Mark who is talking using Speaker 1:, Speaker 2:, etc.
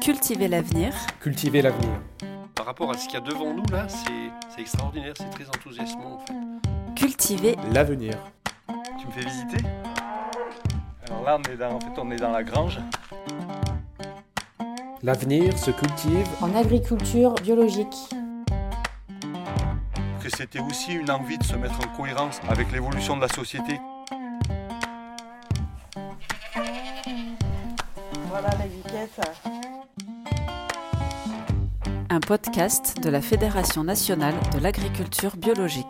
Speaker 1: Cultiver l'avenir.
Speaker 2: Cultiver l'avenir.
Speaker 3: Par rapport à ce qu'il y a devant nous, là, c'est c'est extraordinaire, c'est très enthousiasmant, en fait.
Speaker 1: Cultiver.
Speaker 2: L'avenir.
Speaker 4: Tu me fais visiter Alors là, on est dans, en fait, on est dans la grange.
Speaker 2: L'avenir se cultive.
Speaker 5: en agriculture biologique.
Speaker 4: Que c'était aussi une envie de se mettre en cohérence avec l'évolution de la société.
Speaker 6: Voilà la guiquette.
Speaker 1: Un podcast de la Fédération nationale de l'agriculture biologique.